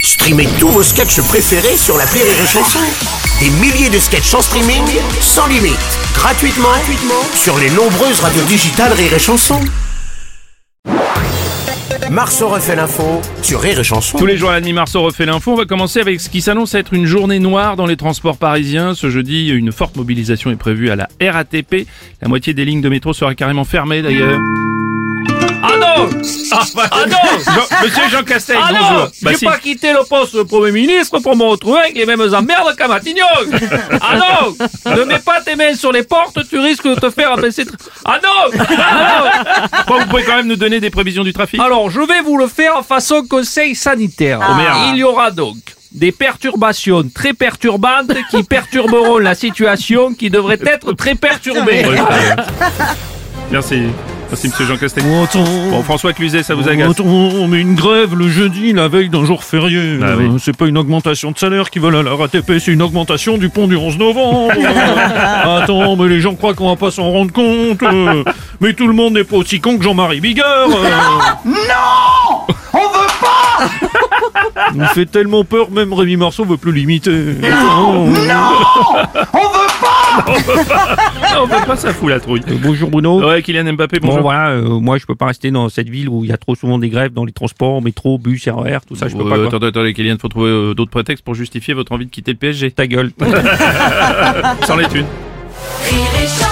Streamez tous vos sketchs préférés sur la Rire et Chanson. Des milliers de sketchs en streaming, sans limite, gratuitement, gratuitement sur les nombreuses radios digitales Rire et Chanson. Marceau refait l'info sur Rire et Chanson. Tous les jours à la demi-marceau refait l'info. On va commencer avec ce qui s'annonce être une journée noire dans les transports parisiens. Ce jeudi, une forte mobilisation est prévue à la RATP. La moitié des lignes de métro sera carrément fermée d'ailleurs. Ah non Ah, bah, ah non Jean- Monsieur Jean Castex, Ah bonjour. non Bah J'ai si. pas quitté le poste de Premier ministre pour me retrouver avec les mêmes emmerdes qu'à Matignon Ah non Ne mets pas tes mains sur les portes, tu risques de te faire abaisser... tr- Ah non Ah Bon, vous pouvez quand même nous donner des prévisions du trafic non Alors, je vais vous le faire façon conseil sanitaire. Oh, merde. Il y aura donc des perturbations très perturbantes qui perturberont la situation qui devrait être très perturbée. Ouais, c'est pas grave. Merci. Merci Monsieur Jean Castex. Bon, François Cluzet, ça vous agace Attends, mais une grève le jeudi, la veille d'un jour férié. Ah Euh, oui. C'est pas une augmentation de salaire qui veulent à la RATP, c'est une augmentation du pont du 11 novembre. Euh, Attends, mais les gens croient qu'on va pas s'en rendre compte. euh. Mais tout le monde n'est pas aussi con que Jean-Marie Bigard. Non On veut pas Il me fait tellement peur, même Rémi Marceau veut plus l'imiter. Non, Ah, On peut pas, ça fout la trouille. Bonjour Bruno. Ouais, Kylian Mbappé, Bon bonjour. voilà, euh, moi je peux pas rester dans cette ville où il y a trop souvent des grèves dans les transports, métro, bus, RER, tout ça, je peux Euh, pas. quoi. attendez, attendez, Kylian, faut trouver euh, d'autres prétextes pour justifier votre envie de quitter le PSG. Ta gueule. Sans les thunes. Rire et chanson.